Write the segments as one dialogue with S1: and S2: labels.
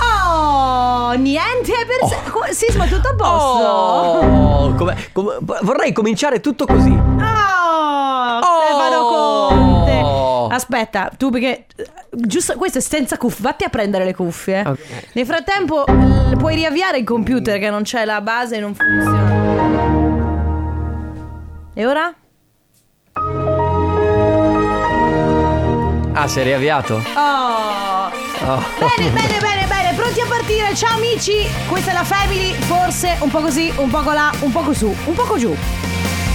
S1: Oh, niente per se- co- Sisma, tutto a posto?
S2: Oh, come- come- vorrei cominciare tutto così.
S1: Oh, Stefano
S2: Oh.
S1: Conte. Aspetta, tu perché eh, giusto questo è senza cuffie, vatti a prendere le cuffie.
S2: Ok.
S1: Nel frattempo l- puoi riavviare il computer che non c'è la base e non funziona. E ora?
S2: Ah, si è riavviato?
S1: Oh!
S2: Oh.
S1: Bene, bene, bene, bene, pronti a partire. Ciao amici, questa è la Family, forse un po' così, un po' là, un po' su, un po' giù.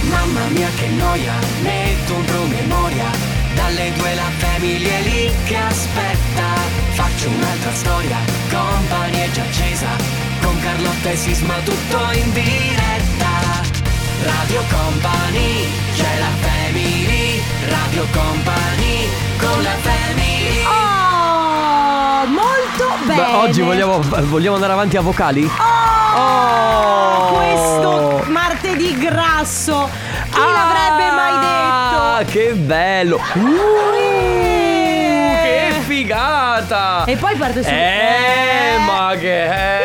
S3: Mamma mia che noia, metto un promemoria Dalle due la famiglia è lì che aspetta Faccio un'altra storia, compagnia è già accesa Con Carlotta e Sisma tutto in diretta Radio Company, c'è la family Radio Company, con la family
S1: Oh, molto bene.
S2: Ma oggi vogliamo, vogliamo andare avanti a vocali?
S1: Oh,
S2: Oh!
S1: questo martedì grasso. Chi l'avrebbe mai
S2: Ah, Che bello! Uh,
S1: Eh.
S2: che figata!
S1: detto? E poi parte su.
S2: Eh, ma che è?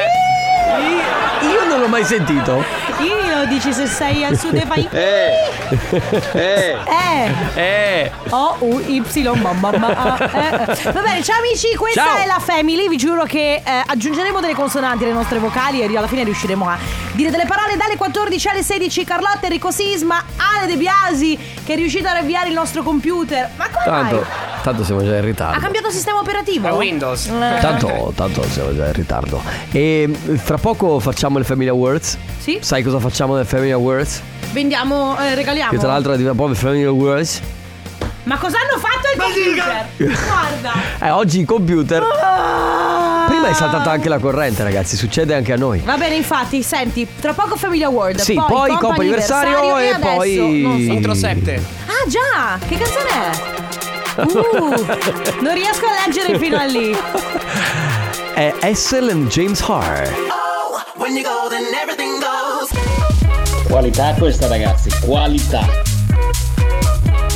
S2: Io- Io non l'ho mai sentito.
S1: Io dici se sei al sud e fai. Eh. Eh.
S2: Eh,
S1: O U Y mamma ma- ah, eh. Va bene, ciao amici, questa
S2: Ciao.
S1: è la Family, vi giuro che eh, aggiungeremo delle consonanti alle nostre vocali e alla fine riusciremo a dire delle parole dalle 14 alle 16 Carlotta Enrico Sisma, Ale De Biasi che è riuscito a riavviare il nostro computer. Ma come
S2: tanto,
S1: mai?
S2: tanto siamo già in
S1: Ha
S2: ritardo.
S1: cambiato sistema operativo?
S3: Windows.
S1: Eh,
S2: Tanto, tanto siamo già in ritardo. E eh, fra poco facciamo le Family Awards.
S1: Sì.
S2: Sai cosa facciamo nelle Family Awards?
S1: Vendiamo, eh,
S2: Che
S1: regaliamo.
S2: tra l'altro è diventata proprio Family Awards.
S1: Ma cosa hanno fatto il computer? Guarda.
S2: Eh, oggi i computer.
S1: Ah!
S2: Prima è saltata anche la corrente, ragazzi. Succede anche a noi.
S1: Va bene, infatti, senti, tra poco Family Award,
S2: Sì,
S1: poi,
S2: poi Coppa Anniversario
S1: e,
S2: e
S1: adesso,
S2: poi-
S1: non so.
S2: Intro 7.
S1: Ah già, che canzone è? Uh, non riesco a leggere fino a lì.
S2: È Essel and James Har.
S3: When you go then everything goes
S4: Qualità questa ragazzi, qualità.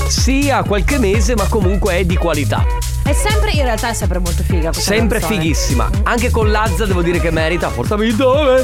S2: Sì, ha qualche mese, ma comunque è di qualità.
S1: È sempre, in realtà è sempre molto figa questa
S2: Sempre
S1: canzone.
S2: fighissima. Anche con Lazza devo dire che merita. Portami dove?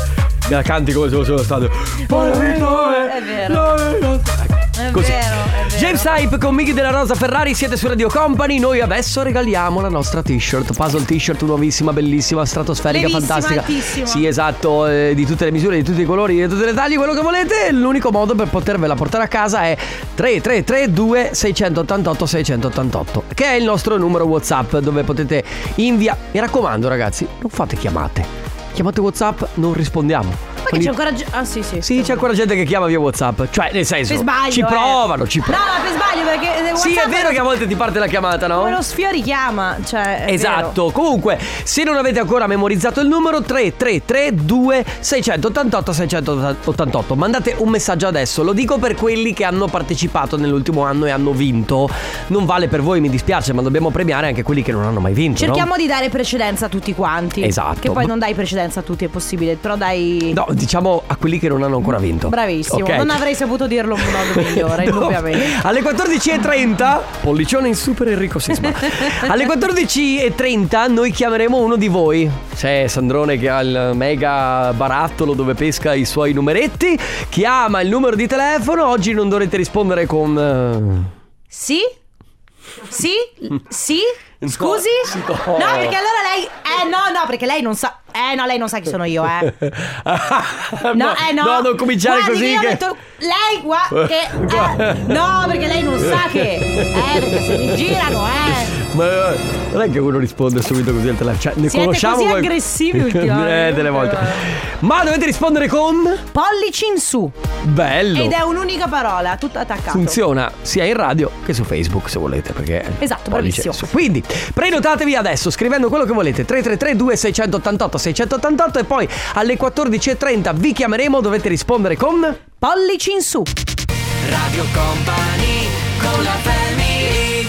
S2: Me la canti come se fosse stato. Portami dove?
S1: È vero.
S2: dove- Ecco.
S1: È
S2: Così.
S1: vero, è vero.
S2: James Hype con Miki della Rosa Ferrari siete su Radio Company. Noi adesso regaliamo la nostra t-shirt, puzzle t-shirt nuovissima, bellissima, stratosferica,
S1: Bellissima,
S2: fantastica.
S1: altissima.
S2: Sì, esatto, eh, di tutte le misure, di tutti i colori, di tutte le taglie, quello che volete. L'unico modo per potervela portare a casa è 3332 688 688, che è il nostro numero WhatsApp dove potete inviare. Mi raccomando, ragazzi, non fate chiamate. Chiamate WhatsApp, non rispondiamo.
S1: Perché
S2: Quindi-
S1: c'è ancora... gi- Ah sì sì.
S2: Sì, c'è ancora gente che chiama via WhatsApp. Cioè, nel senso,
S1: Per sbaglio.
S2: ci
S1: eh.
S2: provano, ci provano.
S1: No, no, per sbaglio perché... eh,
S2: Sì, è
S1: WhatsApp
S2: vero che a volte ti parte la chiamata, no?
S1: Come lo sfiori chiama, cioè... è
S2: Esatto, comunque se non avete ancora memorizzato il numero 3332 688 688 mandate un messaggio adesso, lo dico per quelli che hanno partecipato nell'ultimo anno e hanno vinto, non vale per voi mi dispiace ma dobbiamo premiare anche quelli che non hanno mai vinto. no?
S1: Cerchiamo di dare precedenza a tutti quanti.
S2: Esatto.
S1: Che poi non dai precedenza a tutti, è possibile, però dai...
S2: No, diciamo a quelli che non hanno ancora vinto.
S1: Bravissimo,
S2: Ok.
S1: non avrei saputo dirlo in modo migliore,
S2: No.
S1: indubbiamente.
S2: Alle 14.30, pollicione in super Enrico Sisma. Alle 14.30 noi chiameremo uno di voi. C'è Sandrone che ha il mega barattolo dove pesca i suoi numeretti. Chiama il numero di telefono. Oggi non dovrete rispondere con. eh,
S1: Sì? Sì? Sì?
S2: No,
S1: Scusi?
S2: no.
S1: No, perché allora lei... Eh no, no, perché lei non sa... Eh no, lei non sa chi sono io, eh. No, eh no.
S2: non cominciare
S1: Guardi
S2: così.
S1: Che io
S2: che-
S1: ho detto, lei qua... Che... eh, no, perché lei non sa che... Eh, perché se mi girano, eh.
S2: Ma eh, non è che uno risponde subito così al telefono. Cioè, ne
S1: Siete
S2: conosciamo
S1: così
S2: qual-
S1: aggressivi ultimamente.
S2: eh, delle volte. Ma dovete rispondere con.
S1: Pollici in su.
S2: Bello.
S1: Ed è un'unica parola, tutto attaccato.
S2: Funziona sia in radio che su Facebook se volete perché
S1: Esatto,
S2: pollice
S1: bravissimo.
S2: su. Quindi prenotatevi adesso scrivendo quello che volete 333 2688 688 e poi alle 14.30 vi chiameremo dovete rispondere con
S1: Pollici in su.
S3: Radio Company con la family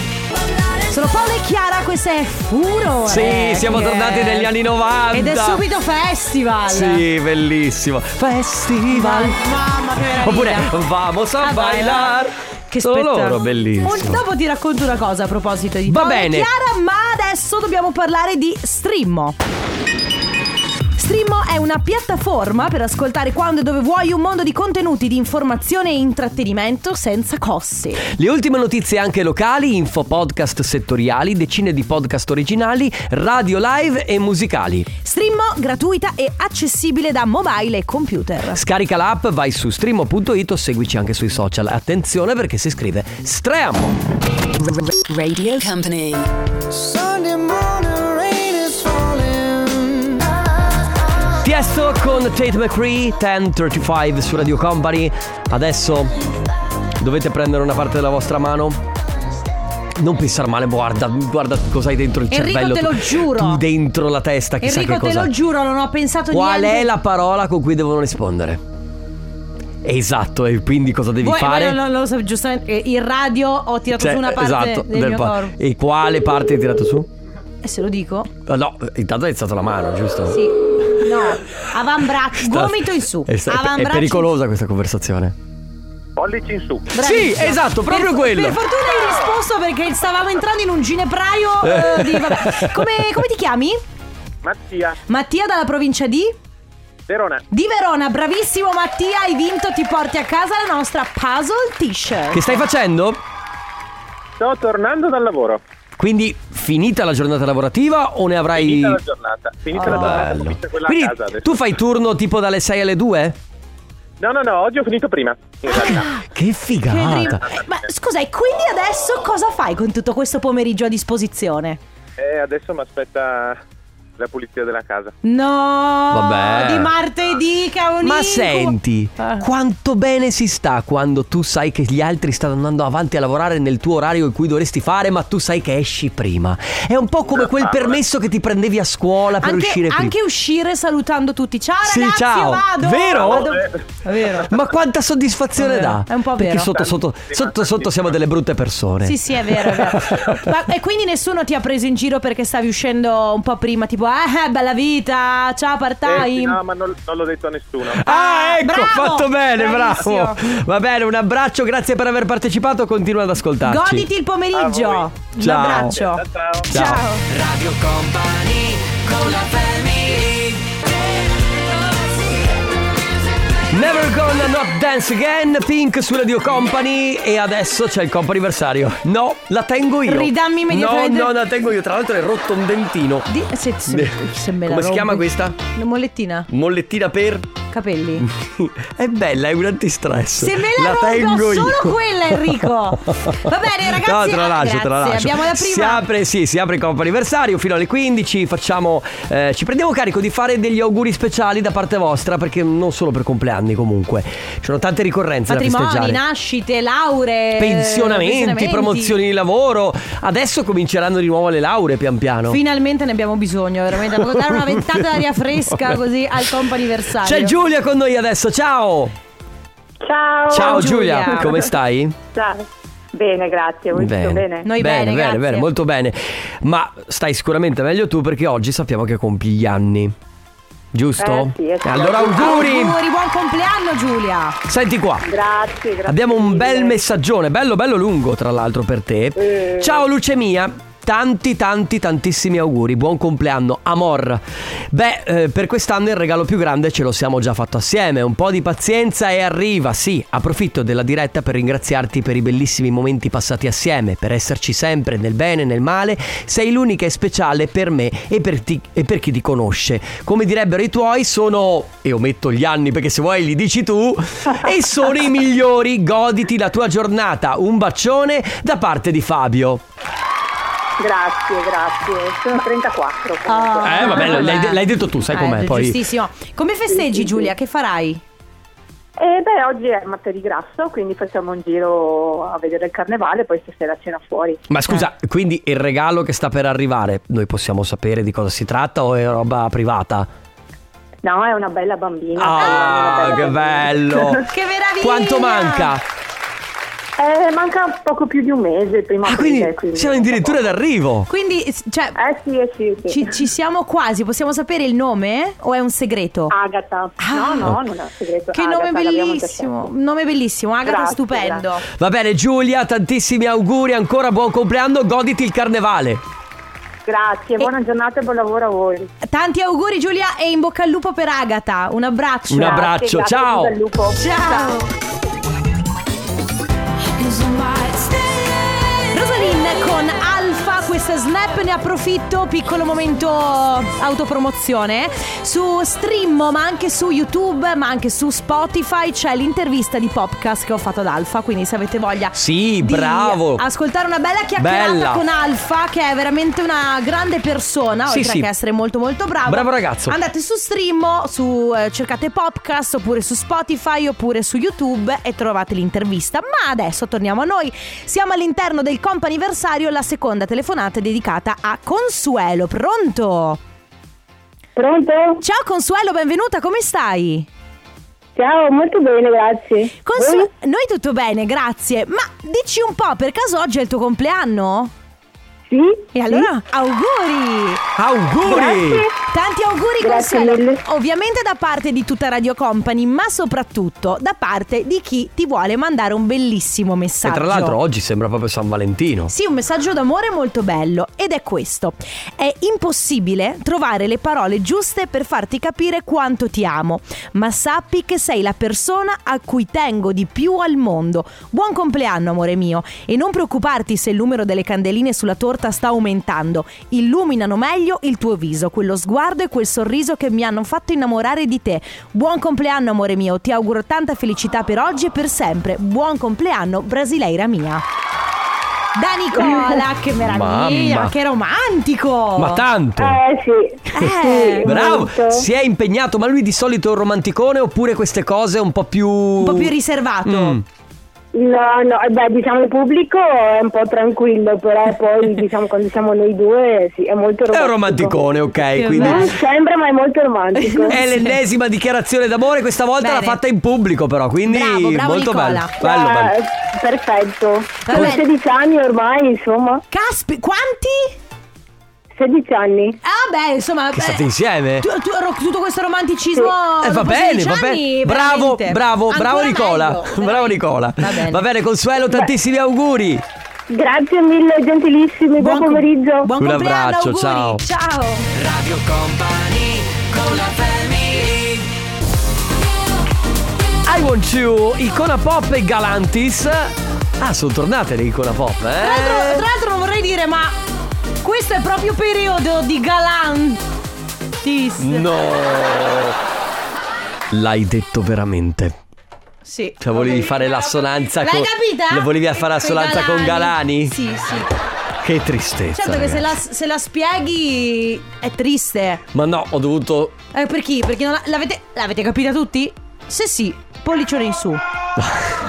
S1: Sono Paola e Chiara, questa è Furo.
S2: Sì, siamo tornati negli anni 90.
S1: Ed è subito festival.
S2: Sì, bellissimo Festival
S1: Mamma che meraviglia.
S2: Oppure Vamos a
S1: A
S2: bailar
S1: bailar. Ah, Che
S2: Solo
S1: spettacolo.
S2: loro, bellissimo
S1: Un- dopo ti racconto una cosa a proposito di
S2: Va
S1: Paola e
S2: bene.
S1: Chiara, ma adesso dobbiamo parlare di Strimmo. Strimmo è una piattaforma per ascoltare quando e dove vuoi un mondo di contenuti, di informazione e intrattenimento senza costi.
S2: Le ultime notizie anche locali, info podcast settoriali, decine di podcast originali, radio live e musicali.
S1: Strimmo gratuita e accessibile da mobile e computer.
S2: Scarica l'app, vai su streamo.it o seguici anche sui social. Attenzione perché si scrive Streamo.
S5: Radio Company.
S2: Tiesto con Tate McCree, 1035 su Radio Company. Adesso dovete prendere una parte della vostra mano. Non pensare male, guarda, guarda cosa hai dentro il
S1: Enrico,
S2: cervello.
S1: te
S2: tu-
S1: lo giuro.
S2: Tu dentro la testa, chissà
S1: Enrico,
S2: che
S1: te
S2: cosa.
S1: lo giuro, non ho pensato
S2: Qual
S1: niente.
S2: è la parola con cui devono rispondere? Esatto, e quindi cosa devi
S1: Voi-
S2: fare?
S1: voi non- non lo so, giustamente, eh, il radio ho tirato
S2: Cioè,
S1: su una parte
S2: esatto,
S1: del, mio
S2: pa-
S1: corpo.
S2: E quale parte hai tirato su?
S1: E se lo dico?
S2: Ah, No, intanto hai alzato la mano, giusto?
S1: Sì. No, avambraccio,
S2: Sta-
S1: gomito in su.
S2: Esatto, È, sta- è
S1: avambraccio.
S2: pericolosa questa conversazione.
S1: Bravissimo.
S2: Sì, esatto, proprio
S1: Per-
S2: quello.
S1: Per fortuna hai risposto perché stavamo entrando in un ginepraio eh, di vabbè. Come, come ti chiami?
S6: Mattia,
S1: Mattia dalla provincia di
S6: Verona,
S1: di Verona, bravissimo Mattia, hai vinto, ti porti a casa la nostra puzzle t-shirt.
S2: Che stai facendo?
S6: sto tornando dal lavoro.
S2: Quindi finita la giornata lavorativa o ne avrai...
S6: Finita la giornata. Finita la giornata,
S2: Ah, Bello.
S6: comincia quella
S2: Quindi
S6: a casa adesso.
S2: tu fai turno tipo dalle 6 alle 2?
S6: No, no, no, oggi ho finito
S2: Ah,
S6: prima. In realtà.
S2: Che
S1: Che
S2: figata!
S1: dream- Ma scusa, e quindi adesso cosa fai con tutto questo pomeriggio a disposizione?
S6: E Eh, adesso mi aspetta la pulizia della casa.
S1: No,
S2: Vabbè.
S1: di martedì che è un
S2: Ma
S1: incubo.
S2: senti,
S1: Ah.
S2: quanto bene si sta quando tu sai che gli altri stanno andando avanti a lavorare nel tuo orario in cui dovresti fare, ma tu sai che esci prima. È un po' come quel permesso che ti prendevi a scuola per
S1: anche,
S2: uscire prima.
S1: anche uscire salutando tutti. Ciao
S2: Sì,
S1: ragazzi,
S2: ciao.
S1: io vado.
S2: Vero?
S1: Vado.
S6: Eh.
S1: È vero.
S2: Ma quanta soddisfazione
S1: È vero,
S2: dà?
S1: Eh, è un po'
S2: Perché
S1: vero.
S2: sotto sotto, sotto sotto siamo delle brutte persone.
S1: Sì, sì, è vero, è vero. Ma- e quindi nessuno ti ha preso in giro perché stavi uscendo un po' prima, tipo, eh, bella vita, ciao
S6: Eh, sì,
S1: part-time.
S6: no, ma non, non l'ho detto a nessuno.
S2: Ah,
S1: Ah,
S2: ecco,
S1: bravo,
S2: fatto bene,
S1: bravissimo.
S2: bravo. Va bene, un abbraccio, grazie per aver partecipato, continua ad ascoltarci.
S1: Goditi il
S6: A
S1: pomeriggio.
S6: voi.
S1: Un
S2: Ciao.
S1: abbraccio.
S6: Ciao.
S2: Ciao.
S3: Radio Company con la family
S2: Never gonna not dance again, Pink su Radio Company e adesso c'è il compo anniversario. No, la tengo io.
S1: Ridammi immediatamente-
S2: No, no, la tengo io, tra l'altro è rotto un dentino.
S1: Di- se, se- se me
S2: Come
S1: la
S2: si
S1: rompi.
S2: chiama questa?
S1: Una mollettina?
S2: Mollettina per
S1: Capelli?
S2: è bella, è un antistress.
S1: Se me la,
S2: tengo
S1: rompo
S2: io.
S1: solo quella, Enrico. Va bene, ragazzi.
S2: No, te la
S1: ah,
S2: lascio, te la
S1: grazie.
S2: lascio.
S1: Abbiamo la
S2: Si
S1: prima.
S2: apre, sì, si apre il compo anniversario fino alle 15. Facciamo, eh, ci prendiamo carico di fare degli auguri speciali da parte vostra, perché non solo per compleanni, comunque. Ci sono tante ricorrenze da
S1: Matrimoni,
S2: festeggiare.
S1: nascite, lauree,
S2: pensionamenti, promozioni di lavoro. Adesso cominceranno di nuovo le lauree pian piano.
S1: Finalmente ne abbiamo bisogno, veramente. Devo dare una ventata d'aria fresca così al compo anniversario.
S2: C'è Giulia con noi adesso, ciao!
S7: Ciao.
S2: ciao Giulia,
S1: Giulia.
S2: come stai?
S7: Ciao. Bene, grazie. Voi tutto bene?
S1: Noi bene,
S2: bene,
S1: grazie.
S2: bene, molto bene. Ma stai sicuramente meglio tu perché oggi sappiamo che compi gli anni. Giusto?
S7: Eh, sì, esatto.
S2: allora auguri!
S1: Auguri, buon compleanno, Giulia.
S2: Senti qua.
S7: Grazie, grazie.
S2: Abbiamo un bel
S7: messaggio
S2: messaggione, bello bello lungo tra l'altro per te.
S7: Eh.
S2: Ciao Lucemia, tanti tanti tantissimi auguri, buon compleanno, amor. Beh, eh, per quest'anno il regalo più grande ce lo siamo già fatto assieme, un po' di pazienza e arriva, sì, approfitto della diretta per ringraziarti per i bellissimi momenti passati assieme, per esserci sempre nel bene e nel male, sei l'unica e speciale per me e per, ti- e per chi ti conosce. Come direbbero i tuoi sono, e ometto gli anni perché se vuoi li dici tu, e sono i migliori, goditi la tua giornata, un bacione da parte di Fabio.
S7: Grazie, grazie. Sono 34 comunque.
S1: Ah,
S2: Eh, vabbè, l'hai, l'hai detto tu, sai
S1: eh,
S2: com'è poi.
S1: Giustissimo. Come
S7: Sì,
S1: festeggi
S7: sì,
S1: Giulia?
S7: sì.
S1: Che farai?
S7: E Eh, beh, oggi è martedì grasso, quindi facciamo un giro a vedere il carnevale, poi stasera cena fuori.
S2: Ma scusa, quindi il regalo che sta per arrivare, noi possiamo sapere di cosa si tratta o è roba privata?
S7: No, è una bella bambina.
S2: Ah,
S7: è una
S2: che bello!
S1: Che meraviglia!
S2: Quanto manca?
S7: bambina. Eh, manca poco più di un mese, il primo
S2: Ah,
S7: aprile,
S2: quindi siamo addirittura d'arrivo.
S1: Quindi, s- cioè,
S7: Eh sì, eh sì, sì.
S1: ci, ci siamo quasi. Possiamo sapere il nome? O è un segreto?
S7: Agata.
S1: Ah.
S7: No, no, non è un segreto.
S1: Che
S7: Agata,
S1: nome
S7: l'abbiamo
S1: bellissimo!
S7: già
S1: Nome bellissimo, Agata,
S7: Grazie,
S1: stupendo.
S2: Va bene Giulia, tantissimi auguri, ancora buon compleanno, goditi il carnevale.
S7: detto. Grazie, buona giornata e buon lavoro a voi.
S1: Tanti auguri, Giulia, e in bocca al lupo per Agata. Un abbraccio.
S2: Un abbraccio,
S7: grazie,
S2: ciao.
S7: viva il lupo.
S1: Ciao. Rosalyn con Alfa, questa snap ne approfitto, piccolo momento autopromozione. Su Stream, ma anche su YouTube, ma anche su Spotify c'è l'intervista di Popcast che ho fatto ad Alfa, quindi se avete voglia
S2: Sì,
S1: di
S2: bravo.
S1: ascoltare una bella chiacchierata
S2: Bella.
S1: con Alfa che è veramente una grande persona,
S2: Sì,
S1: oltre
S2: sì.
S1: che essere molto molto bravo.
S2: Bravo ragazzo.
S1: Andate su Stream, su, eh, cercate Popcast oppure su Spotify oppure su YouTube e trovate l'intervista. Ma adesso torniamo a noi. Siamo all'interno del comp'anniversario, la seconda telefonata è dedicata a Consuelo. Pronto?
S7: Pronto?
S1: Ciao Consuelo, benvenuta, come stai?
S7: Ciao, molto bene, grazie.
S1: Consu-
S7: Voi?
S1: noi tutto bene, grazie. Ma dici un po', per caso oggi è il tuo compleanno?
S7: Sì?
S1: E allora, auguri!
S2: Auguri!
S7: Grazie.
S1: Tanti auguri
S7: Grazie
S1: Consuelo,
S7: mille.
S1: ovviamente da parte di tutta Radio Company, ma soprattutto da parte di chi ti vuole mandare un bellissimo
S2: E
S1: messaggio.
S2: tra l'altro oh. oggi sembra proprio San Valentino.
S1: Sì, un messaggio d'amore molto bello ed è questo. È impossibile trovare le parole giuste per farti capire quanto ti amo, ma sappi che sei la persona a cui tengo di più al mondo. Buon compleanno, amore mio, e non preoccuparti se il numero delle candeline sulla torta sta aumentando. Illuminano meglio il tuo viso, quello sguardo e quel sorriso che mi hanno fatto innamorare di te. Buon compleanno, amore mio, ti auguro tanta felicità per oggi e per sempre. Buon compleanno, Brasileira mia. Da Nicola, che meraviglia,
S2: Mamma.
S1: che romantico!
S2: Ma tanto!
S7: Eh sì.
S1: Oh. Eh,
S7: Sì,
S2: Bravo!
S7: molto.
S2: Si è impegnato, ma lui di solito è un romanticone oppure queste cose un po' più...
S1: un po' più riservato.
S2: Mm.
S7: No, no, eh beh, diciamo il pubblico è un po' tranquillo, però poi diciamo quando siamo noi due sì, è molto romantico.
S2: È un eh. romanticone, ok,
S7: Non
S2: quindi...
S7: sembra, ma è molto romantico.
S2: È l'ennesima dichiarazione d'amore, questa volta
S1: Bene.
S2: l'ha fatta in pubblico però, quindi
S1: Bravo, bravo
S2: molto
S1: Nicola.
S2: bello. Bello,
S7: Ah,
S2: bello.
S7: Perfetto.
S1: Va
S7: Ho
S1: bene.
S7: 16 anni ormai, insomma.
S1: Caspi, quanti?
S7: 16 anni.
S1: Ah, beh, insomma.
S2: Che state
S1: eh,
S2: insieme?
S1: tu- tu- ro- tutto questo romanticismo.
S2: Eh, va
S1: dopo
S2: bene,
S1: 16
S2: va
S1: anni,
S2: bene. Bravo,
S1: veramente.
S2: bravo,
S1: Ancora
S2: bravo Nicola.
S1: meglio,
S2: bravo
S1: veramente.
S2: Nicola.
S1: Va bene.
S2: Consuelo, tantissimi auguri.
S7: Grazie mille, gentilissimi. Buon,
S1: com-
S7: pomeriggio.
S1: Buon
S2: Un
S1: compleanno,
S2: abbraccio,
S1: auguri.
S2: ciao.
S1: Ciao.
S3: Radio Company con la family
S2: I want you, Icona Pop e Galantis. Ah, sono tornate le Icona Pop,
S1: Tra l'altro,
S2: eh?
S1: tra l'altro non vorrei dire, ma questo è proprio periodo di galantis.
S2: Mm. No. L'hai detto veramente.
S1: Sì.
S2: Cioè, volevi fare l'assonanza
S1: L'hai
S2: con
S1: capita?
S2: Lo volevi fare l'assonanza con Galani? Ah,
S1: Sì, sì.
S2: Che tristezza.
S1: Certo che se la,
S2: ragazzi.
S1: se la spieghi è triste.
S2: Ma no, ho dovuto
S1: Eh, per chi? Perché non la- l'avete, l'avete capita tutti? Se sì, pollicione in su.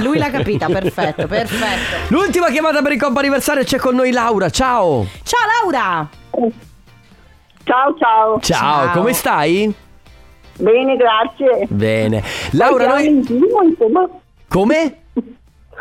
S1: Lui l'ha capita, perfetto, perfetto.
S2: L'ultima chiamata per il compo anniversario c'è con noi Laura. Ciao.
S1: Ciao Laura!
S7: Ciao, ciao.
S2: Ciao,
S1: Ciao.
S2: come stai?
S7: Bene, grazie.
S2: Bene. Laura, noi
S7: Qualche anno in più, insomma.
S2: come?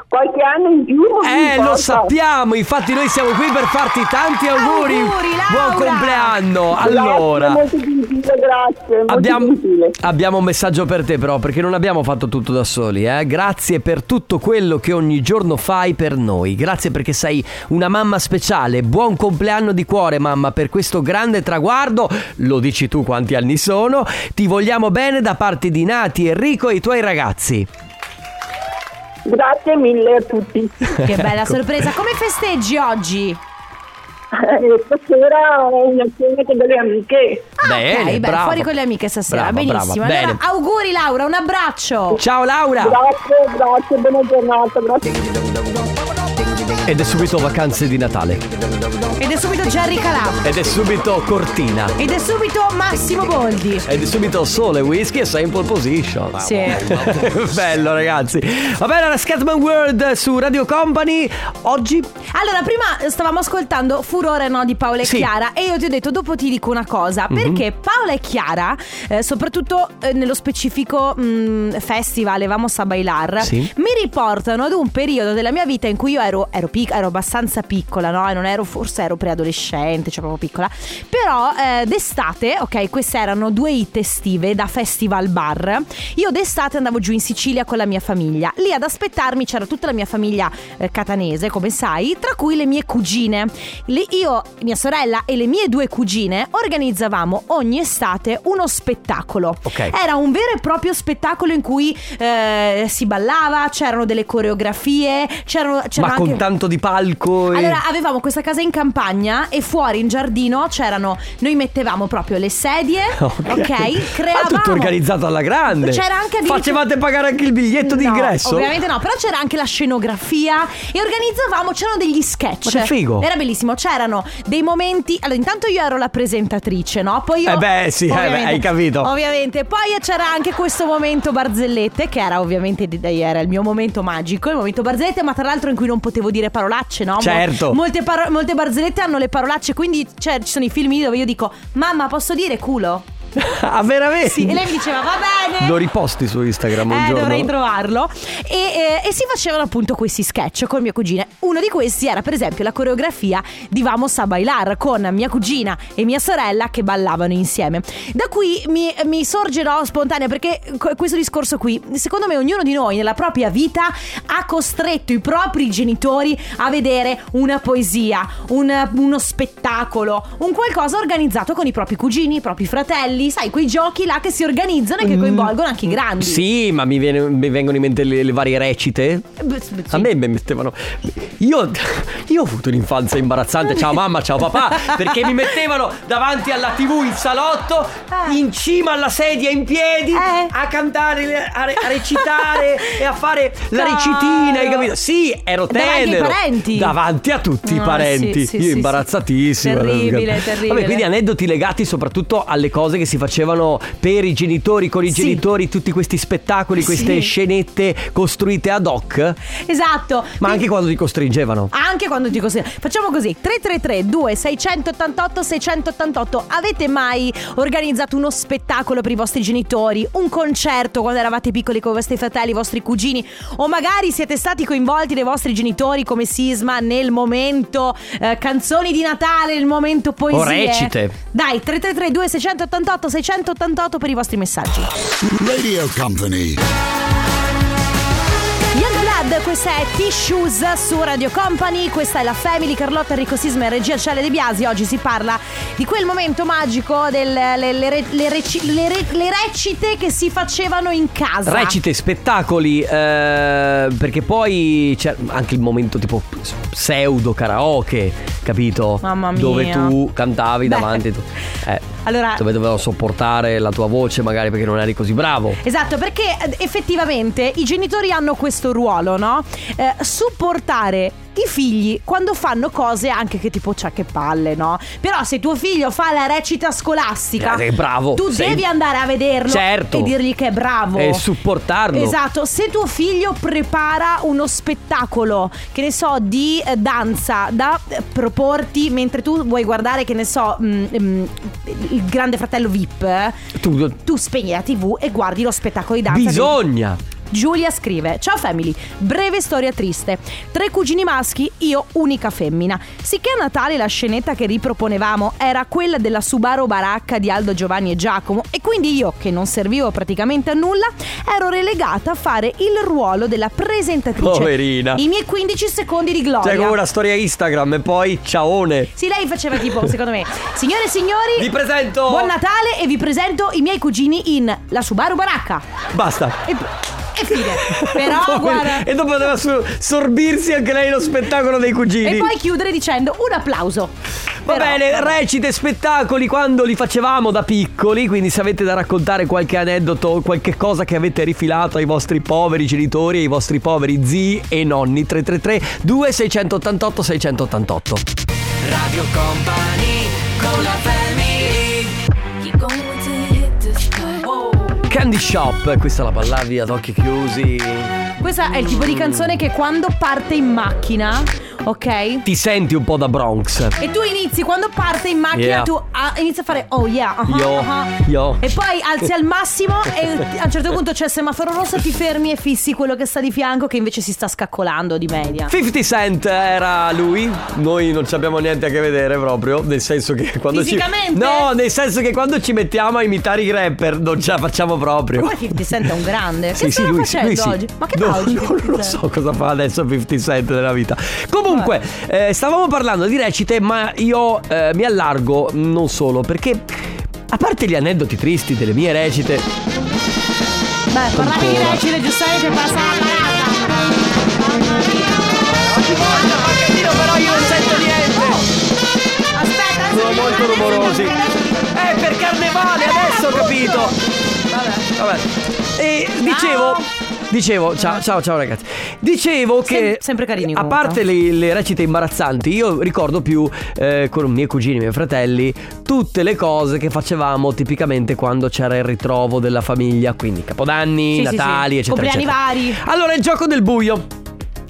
S7: Qualche anno in più. non
S2: Eh, lo
S7: importa.
S2: sappiamo, infatti noi siamo qui per farti tanti auguri.
S1: Auguri, Laura.
S2: Buon compleanno.
S7: Grazie,
S2: Allora,
S7: molto gentile, grazie. molto
S2: abbiamo,
S7: gentile.
S2: abbiamo un messaggio per te però, perché non abbiamo fatto tutto da soli. Eh? Grazie per tutto quello che ogni giorno fai per noi. Grazie perché sei una mamma speciale. Buon compleanno di cuore mamma per questo grande traguardo. Lo dici tu quanti anni sono. Ti vogliamo bene da parte di Nati, Enrico e i tuoi ragazzi.
S7: Grazie mille a tutti.
S1: Che bella
S2: Ecco.
S1: sorpresa! Come festeggi oggi?
S7: Eh, Stasera ho una cena con delle amiche.
S1: Ah,
S2: Bene,
S1: ok, beh,
S2: bravo.
S1: fuori con le amiche stasera,
S2: Brava, brava,
S1: benissimo.
S2: bene.
S1: Allora, auguri Laura, un abbraccio!
S2: Ciao Laura.
S7: Grazie, grazie, buona giornata. Grazie.
S2: Ed è subito vacanze di Natale.
S1: Ed è subito Jerry Calà.
S2: Ed è subito Cortina.
S1: Ed è subito Massimo Boldi.
S2: Ed è subito sole, whisky e sei in pole position.
S1: Sì.
S2: Bello ragazzi. Va bene, la Scatman World su Radio Company. Oggi
S1: Allora, prima stavamo ascoltando Furore no di Paola e
S2: Sì. Mhm.
S1: Chiara e io ti ho detto dopo ti dico una cosa, perché Paola e Chiara, eh, soprattutto eh, nello specifico mh, festival Vamos a Bailar,
S2: Sì.
S1: mi riportano ad un periodo della mia vita in cui io ero, ero, pic- ero abbastanza piccola, no? E non ero, forse ero preadolescente, cioè proprio piccola, però eh, d'estate, ok, queste erano due hit estive da festival bar. Io d'estate andavo giù in Sicilia con la mia famiglia. Lì ad aspettarmi c'era tutta la mia famiglia eh, catanese, come sai, tra cui le mie cugine. Le- io, mia sorella e le mie due cugine organizzavamo ogni estate uno spettacolo.
S2: Ok.
S1: Era un vero e proprio spettacolo in cui eh, si ballava, c'erano delle coreografie, c'erano, c'era
S2: ma
S1: anche...
S2: con tanto di palco e...
S1: Allora, avevamo questa casa in campagna e fuori in giardino c'erano. Noi mettevamo proprio le sedie, ok?
S2: Ma
S1: Creavamo.
S2: Ah, tutto organizzato alla grande.
S1: C'era anche addirittura-
S2: Facevate pagare anche il biglietto d'ingresso?
S1: No, ovviamente no, però c'era anche la scenografia e organizzavamo, c'erano degli sketch.
S2: Ma che figo.
S1: Era bellissimo, c'erano dei momenti. Allora, intanto io ero la presentatrice, no? Poi io
S2: Eh beh, sì, eh beh,
S1: Ovviamente.
S2: hai capito.
S1: Ovviamente, poi c'era anche questo momento barzellette che era ovviamente di- era il mio momento magico, il momento barzellette, ma tra l'altro in cui non potevo dire parolacce, no? Mo-
S2: Certo.
S1: molte, paro- molte barzellette hanno le parolacce, quindi cioè, ci sono i film dove io dico "Mamma, posso dire culo?"
S2: ah, veramente?
S1: Sì, e lei mi diceva "Va bene".
S2: Lo riposti su Instagram un
S1: Eh,
S2: giorno.
S1: dovrei trovarlo. E, eh, e si facevano appunto questi sketch con mia cugina. Uno di questi era, per esempio, la coreografia di Vamos a bailar con mia cugina e mia sorella che ballavano insieme. Da qui mi, mi sorge no, spontanea perché co- questo discorso qui, secondo me, ognuno di noi nella propria vita ha costretto i propri genitori a vedere una poesia, un- uno spettacolo, un qualcosa organizzato con i propri cugini, i propri fratelli, sai, quei giochi là che si organizzano
S2: Mm.
S1: e che coinvolgono anche i grandi.
S2: Sì, ma mi, viene- mi vengono in mente le, le varie recite.
S1: Beh, sì, beh, sì.
S2: A me mi mettevano. Io, io ho avuto un'infanzia imbarazzante. Ciao mamma, ciao papà. Perché mi mettevano davanti alla TV in salotto,
S1: Eh.
S2: in cima alla sedia in piedi,
S1: Eh.
S2: a cantare, a, re- a recitare e a fare la
S1: Caro.
S2: recitina. Hai capito? Sì, ero tenero.
S1: Cioè. Davanti ai parenti.
S2: Davanti a tutti i
S1: Ah,
S2: parenti.
S1: sì, sì,
S2: io
S1: sì, sì.
S2: imbarazzatissimo.
S1: Terribile, terribile.
S2: Vabbè, quindi aneddoti legati soprattutto alle cose che si facevano per i genitori, con i
S1: Sì.
S2: genitori, tutti questi spettacoli, queste
S1: Sì.
S2: scenette costruite ad hoc,
S1: Esatto.
S2: ma anche quando li costringevano.
S1: Anche quando dico così. Facciamo così: 333 2688 688. Avete mai organizzato uno spettacolo per i vostri genitori? Un concerto quando eravate piccoli con i vostri fratelli, i vostri cugini? O magari siete stati coinvolti dai vostri genitori come sisma nel momento eh, canzoni di Natale, il momento poesie?
S2: recite.
S1: Dai, 333 2688 688 per i vostri messaggi.
S8: Radio Company.
S1: Young Blood, questa è T-Shoes su Radio Company, questa è la Family, Carlotta, Enrico Sisma e regia Cele De Biasi. Oggi si parla di quel momento magico delle le, le re- le reci- le re- le recite che si facevano in casa.
S2: Recite, spettacoli, eh, perché poi c'è anche il momento tipo pseudo karaoke, capito?
S1: Mamma mia.
S2: Dove tu cantavi
S1: Beh.
S2: davanti. eh,
S1: Allora-
S2: Dove dovevo sopportare la tua voce magari perché non eri così bravo.
S1: Esatto, perché eh, effettivamente i genitori hanno questo ruolo, no? Eh, supportare i figli quando fanno cose anche che tipo c'ha che palle, no? Però se tuo figlio fa la recita scolastica,
S2: Eh, è bravo,
S1: tu
S2: sei-
S1: devi andare a vederlo
S2: Certo.
S1: e dirgli che è bravo
S2: E supportarlo.
S1: Esatto, se tuo figlio prepara uno spettacolo, che ne so, di eh, danza da eh, proporti mentre tu vuoi guardare, che ne so, mm, mm, il grande fratello VIP, eh,
S2: Tu,
S1: tu spegni la tv e guardi lo spettacolo di danza. di-
S2: bisogna.
S1: Giulia scrive: Ciao family, breve storia triste. Tre cugini maschi, io unica femmina. Sicché a Natale la scenetta che riproponevamo era quella della Subaru Baracca di Aldo Giovanni e Giacomo e quindi io, che non servivo praticamente a nulla, ero relegata a fare il ruolo della presentatrice.
S2: Poverina.
S1: I miei 15 secondi di gloria.
S2: Cioè, come una storia Instagram e poi ciaone.
S1: Sì, lei faceva tipo, secondo me, signore e signori,
S2: Vi presento.
S1: buon Natale e vi presento i miei cugini in La Subaru Baracca.
S2: Basta.
S1: E- e fine. Però
S2: Poi-
S1: guarda.
S2: E dopo doveva su- sorbirsi anche lei lo spettacolo dei cugini.
S1: E poi chiudere dicendo un applauso.
S2: Va
S1: Però-
S2: bene, recite, spettacoli quando li facevamo da piccoli, quindi se avete da raccontare qualche aneddoto, qualche cosa che avete rifilato ai vostri poveri genitori, ai vostri poveri zii e nonni, 333 2688 688.
S3: Radio Company con la family
S2: Candy Shop, questa la ballavi ad occhi chiusi.
S1: Questa è il tipo di canzone che quando parte in macchina, ok? E
S2: Ti senti un po' da Bronx.
S1: tu inizi, quando parte in macchina,
S2: Yeah.
S1: tu ah, inizi a fare oh yeah, ah,
S2: Yo,
S1: ah.
S2: yo.
S1: E poi alzi al massimo e ti- a un certo punto c'è il semaforo rosso, ti fermi e fissi quello che sta di fianco che invece si sta scaccolando di media.
S2: 50 Cent era lui, noi non ci abbiamo niente a che vedere proprio, nel senso che quando ci...
S1: Fisicamente?
S2: No, nel senso che quando ci mettiamo a imitare i rapper non ce la facciamo proprio.
S1: Poi ti, ti sente un grande.
S2: Sì,
S1: che
S2: sì,
S1: sta
S2: lui, sì,
S1: facendo
S2: lui sì.
S1: oggi? Ma che
S2: No,
S1: fa oggi?
S2: no, Non lo so cosa fa adesso 50 Cent nella vita. Comunque, eh, stavamo parlando di recite, ma io eh, mi allargo mh, non solo perché. A parte gli aneddoti tristi delle mie recite,
S1: Beh, parlavi di recite, giustamente passa la parata.
S2: però io non sento niente.
S1: Aspetta, adesso
S2: Sono
S1: mi-
S2: molto
S1: adesso mi-
S2: rumorosi. Eh, per carnevale, adesso ho capito. Vabbè. E dicevo. Dicevo, ciao, ciao, ciao ragazzi. Dicevo che.
S1: Sem- sempre carini
S2: A
S1: comunque.
S2: parte le, le recite imbarazzanti, io ricordo più eh, con i miei cugini, i miei fratelli, tutte le cose che facevamo tipicamente quando c'era il ritrovo della famiglia. Quindi Capodanni,
S1: Sì, sì, sì.
S2: Natali, eccetera.
S1: Compleanni
S2: eccetera.
S1: vari.
S2: Allora, il gioco del buio.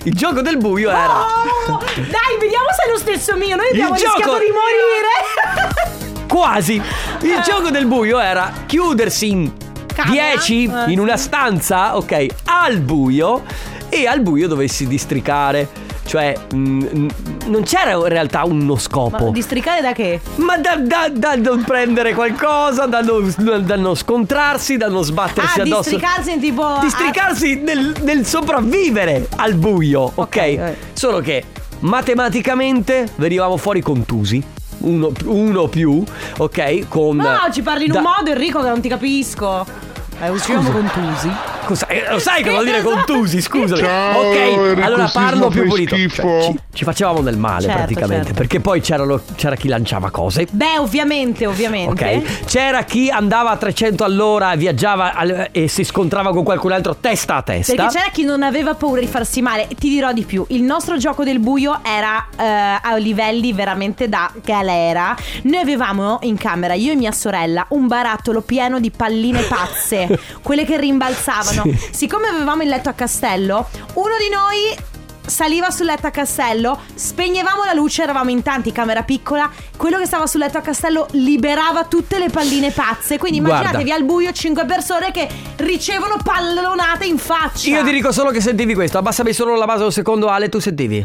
S2: Il gioco del buio era.
S1: Oh, dai, vediamo se è lo stesso mio. Noi abbiamo
S2: gioco-
S1: rischiato di morire. Eh.
S2: Quasi! Il gioco del buio era chiudersi in
S1: Camera?
S2: 10
S1: Eh,
S2: in una stanza, ok, al buio e al buio dovessi districare. Cioè, mh, mh, non c'era in realtà uno
S1: Ma
S2: scopo.
S1: districare da che?
S2: Ma da, da- da non prendere qualcosa, da non, da non scontrarsi, da non sbattersi
S1: Ah,
S2: addosso.
S1: districarsi in tipo. ah,
S2: Districarsi nel, nel sopravvivere al buio, ok?
S1: eh.
S2: Solo che matematicamente venivamo fuori contusi. Uno, uno più, ok? Con.
S1: No, ci parli in un
S2: da-
S1: modo, Enrico, che non ti capisco. Eh, usciamo contusi.
S2: Cosa- eh, lo sai che vuol dire
S1: Esatto. Cioè,
S2: contusi? Scusa.
S9: Ciao,
S2: ok,
S9: Enrico
S2: allora
S9: Sisma,
S2: parlo più
S9: fai
S2: pulito. Cioè,
S9: schifo.
S2: ci, ci facevamo del male
S1: Certo,
S2: praticamente.
S1: certo.
S2: Perché poi c'era, lo- c'era chi lanciava cose.
S1: Beh, ovviamente, ovviamente.
S2: Ok, c'era chi andava a 300 all'ora, e viaggiava al- e si scontrava con qualcun altro testa a testa.
S1: Perché c'era chi non aveva paura di farsi male. Ti dirò di più: il nostro gioco del buio era eh, a livelli veramente da galera. Noi avevamo in camera, io e mia sorella, un barattolo pieno di palline pazze, quelle che rimbalzavano.
S2: Sì.
S1: Siccome avevamo il letto a castello, uno di noi. Saliva sul letto a castello, spegnevamo la luce, eravamo in tanti, camera piccola. Quello che stava sul letto a castello liberava tutte le palline pazze. Quindi
S2: Guarda.
S1: immaginatevi al buio cinque persone che ricevono pallonate in faccia.
S2: Io ti dico solo che sentivi questo, abbassami solo la base del secondo Ale, tu sentivi.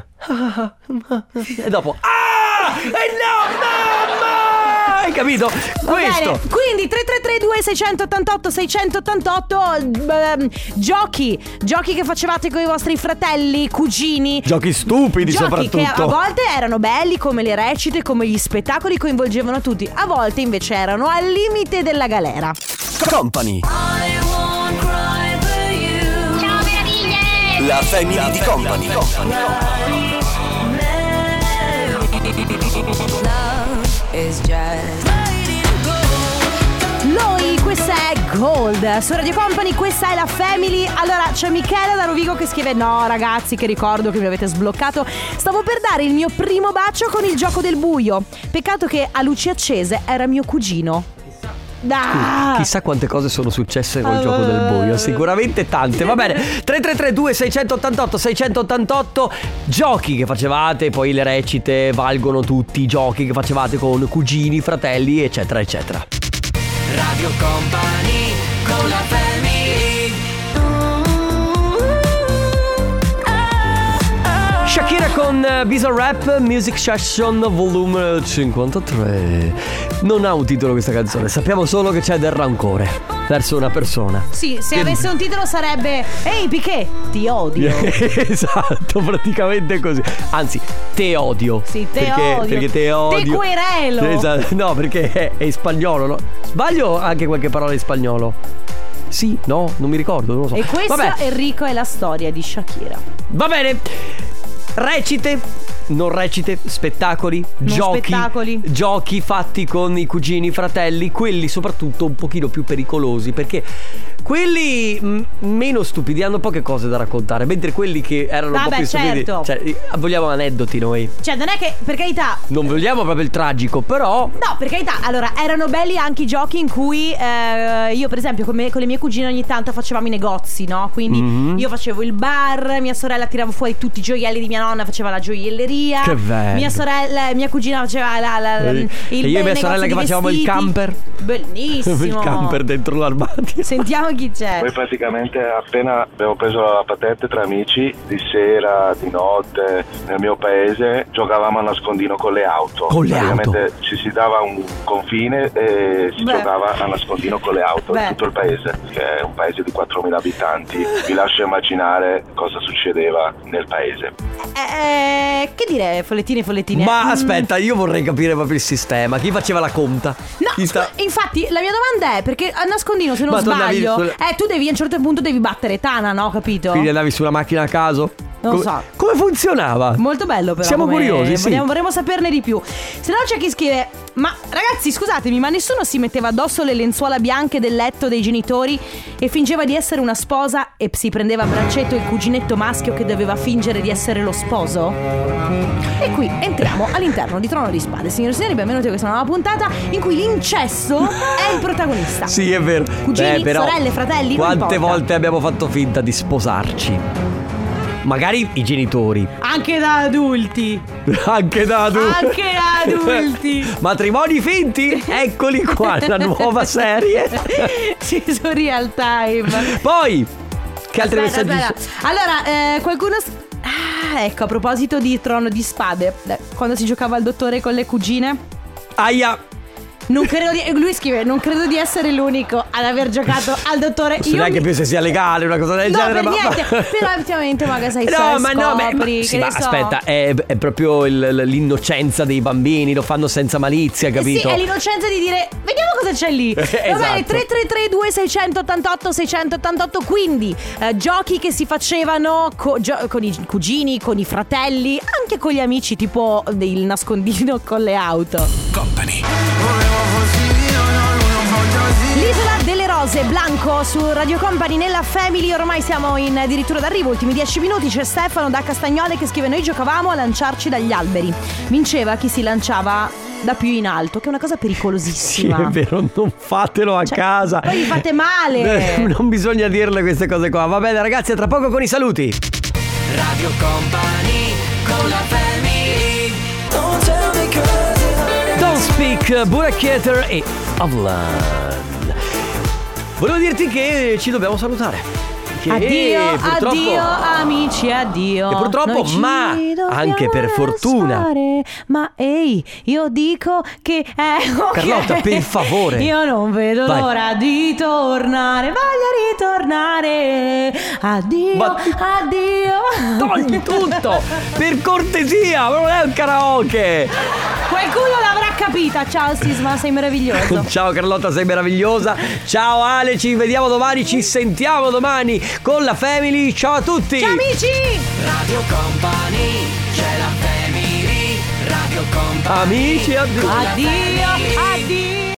S2: E dopo. Ah! E no, mamma! Hai capito?
S1: Va bene,
S2: Questo.
S1: Quindi 3332 688 688 ehm, giochi, giochi che facevate con i vostri fratelli, cugini.
S2: Giochi stupidi
S1: Giochi che a
S2: soprattutto.
S1: volte erano belli come le recite, come gli spettacoli coinvolgevano tutti, a volte invece erano al limite della galera.
S10: Company. La family di Company.
S1: Noi, questa è Gold su Radio Company, questa è la Family. Allora c'è Michela da Rovigo che scrive: No, ragazzi, che ricordo che mi avete sbloccato. Stavo per dare il mio primo bacio con il gioco del buio. Peccato che a luci accese era mio cugino. Da!
S2: Chissà quante cose sono successe col gioco del buio, sicuramente tante. Va bene, 3332 688 688 giochi che facevate, poi le recite valgono tutti i giochi che facevate con cugini, fratelli, eccetera, eccetera.
S3: Radio Company con la family
S2: Shakira con eh, Bizarre Rap Music Session Volume 53. Non ha un titolo questa canzone, sappiamo solo che c'è del rancore verso una persona.
S1: Sì, se avesse un titolo sarebbe Ehi Piquet, ti odio.
S2: esatto, praticamente così. Anzi, te odio.
S1: Sì, te
S2: perché,
S1: odio.
S2: Perché te
S1: Te
S2: odio.
S1: querelo.
S2: Esatto, no, perché è, è in spagnolo, no? Sbaglio anche qualche parola in spagnolo. Sì, no, non mi ricordo, non lo so.
S1: E questa,
S2: Vabbè,
S1: Enrico, è la storia di Shakira.
S2: va bene. Recite, non recite, spettacoli,
S1: Non
S2: giochi.
S1: spettacoli.
S2: Giochi fatti con i cugini, i fratelli, quelli soprattutto un pochino più pericolosi, perché quelli mh, meno stupidi hanno poche cose da raccontare, mentre quelli che erano un po'
S1: Vabbè,
S2: più stupidi,
S1: certo.
S2: cioè, eh, vogliamo aneddoti noi.
S1: Cioè, non è che, per carità,
S2: Non vogliamo proprio il tragico, però
S1: No, per carità, allora erano belli anche i giochi in cui eh, io, per esempio, con, me- con le mie cugine ogni tanto facevamo i negozi, no? Quindi
S2: Mhm.
S1: io facevo il bar, mia sorella tirava fuori tutti i gioielli di mia nonna, faceva la gioielleria.
S2: Che bello.
S1: Mia sorella, mia cugina faceva la, la- la-
S2: Eh,
S1: il
S2: e io e mia
S1: bel negozio
S2: sorella
S1: di
S2: che facevamo il
S1: vestiti.
S2: camper.
S1: Bellissimo.
S2: il camper dentro l'armadio.
S1: Sentiamo chi c'è.
S6: Poi praticamente appena abbiamo preso la patente tra amici, di sera, di notte, nel mio paese, giocavamo a nascondino con le auto.
S2: Con le
S6: praticamente ci si dava un confine e si
S1: Beh.
S6: giocava a nascondino con le auto
S1: Beh.
S6: in tutto il paese, che è un paese di 4.000 abitanti. Vi lascio immaginare cosa succedeva nel paese.
S1: Eh, eh, che dire, follettini e follettine?
S2: Ma
S1: Mm.
S2: aspetta, io vorrei capire proprio il sistema. Chi faceva la conta?
S1: No,
S2: Chi sta-
S1: infatti la mia domanda è perché a nascondino se non
S2: Ma tu andavi
S1: sbaglio,
S2: sulla-
S1: eh tu devi a un certo punto devi battere Tana, no, capito?
S2: Quindi andavi sulla macchina a caso?
S1: Non
S2: come,
S1: so.
S2: Come funzionava?
S1: Molto bello però
S2: Siamo
S1: come-
S2: curiosi, sì.
S1: vogliamo- vorremmo saperne di più Se no c'è chi scrive Ma ragazzi scusatemi ma nessuno si metteva addosso le lenzuola bianche del letto dei genitori E fingeva di essere una sposa E si prendeva a braccetto il cuginetto maschio che doveva fingere di essere lo sposo? E qui entriamo all'interno di Trono di Spade Signore e signori benvenuti a questa nuova puntata In cui l'incesso è il protagonista
S2: Sì, è vero.
S1: Cugini,
S2: Beh, però,
S1: sorelle, fratelli, non
S2: Quante
S1: importa.
S2: volte abbiamo fatto finta di sposarci? Magari i genitori,
S1: Anche da adulti
S2: anche da adulti.
S1: Anche da adulti.
S2: Matrimoni finti? Eccoli qua, la nuova serie.
S1: Sì, sono real time
S2: Poi, che altri
S1: Aspetta,
S2: messaggi?
S1: aspetta. Allora, eh, qualcuno. s- Ah, ecco, a proposito di trono di spade, eh, quando si giocava al dottore con le cugine.
S2: Aia,
S1: Non credo di. Lui scrive: Non credo di essere l'unico ad aver giocato al dottore.
S2: Non so neanche
S1: mi-
S2: più se sia legale una cosa del
S1: No,
S2: genere.
S1: per
S2: ma...
S1: niente. Però effettivamente magari sai sai,
S2: beh, ma-
S1: scopri,
S2: sì,
S1: che
S2: ma
S1: ne so.
S2: aspetta, è, è proprio il- l- l'innocenza dei bambini, lo fanno senza malizia, capito?
S1: Eh Sì, è l'innocenza di dire vediamo cosa c'è lì. Va
S2: Esatto.
S1: bene, 3332 688 688 quindi eh, giochi che si facevano co- gio- con i cugini, con i fratelli, anche con gli amici, tipo il nascondino con le auto. L'isola delle rose, Blanco su Radio Company nella Family, ormai siamo in addirittura d'arrivo, ultimi 10 minuti, c'è Stefano da Castagnole che scrive noi giocavamo a lanciarci dagli alberi, vinceva chi si lanciava da più in alto, che è una cosa
S2: Sì,
S1: pericolosissima.
S2: è vero, non fatelo a
S1: Cioè,
S2: casa.
S1: poi vi fate male.
S2: Eh, Non bisogna dirle queste cose qua. Va bene, ragazzi, a tra poco con i saluti. Don't Speak, Burak Keter e Avlan. Volevo dirti che ci dobbiamo salutare. Che
S1: Addio,
S2: eh, purtroppo-
S1: addio amici, addio.
S2: E purtroppo,
S1: Noi ci
S2: ma
S1: dobbiamo
S2: anche per fortuna.
S1: lasciare. Ma ehi, io dico che. Eh, ok.
S2: Carlotta, per favore.
S1: Io non vedo
S2: Vai.
S1: l'ora di tornare. Voglio ritornare. Addio,
S2: Ma-
S1: addio.
S2: Togli tutto! per cortesia, ma non è un karaoke!
S1: Qualcuno l'avrà capita. Ciao, Sisma, sei meraviglioso.
S2: Ciao Carlotta, sei meravigliosa. Ciao Ale, ci vediamo domani, ci sentiamo domani con la Family. Ciao a tutti!
S1: Ciao, amici.
S2: Amici, addio.
S1: Addio, addio.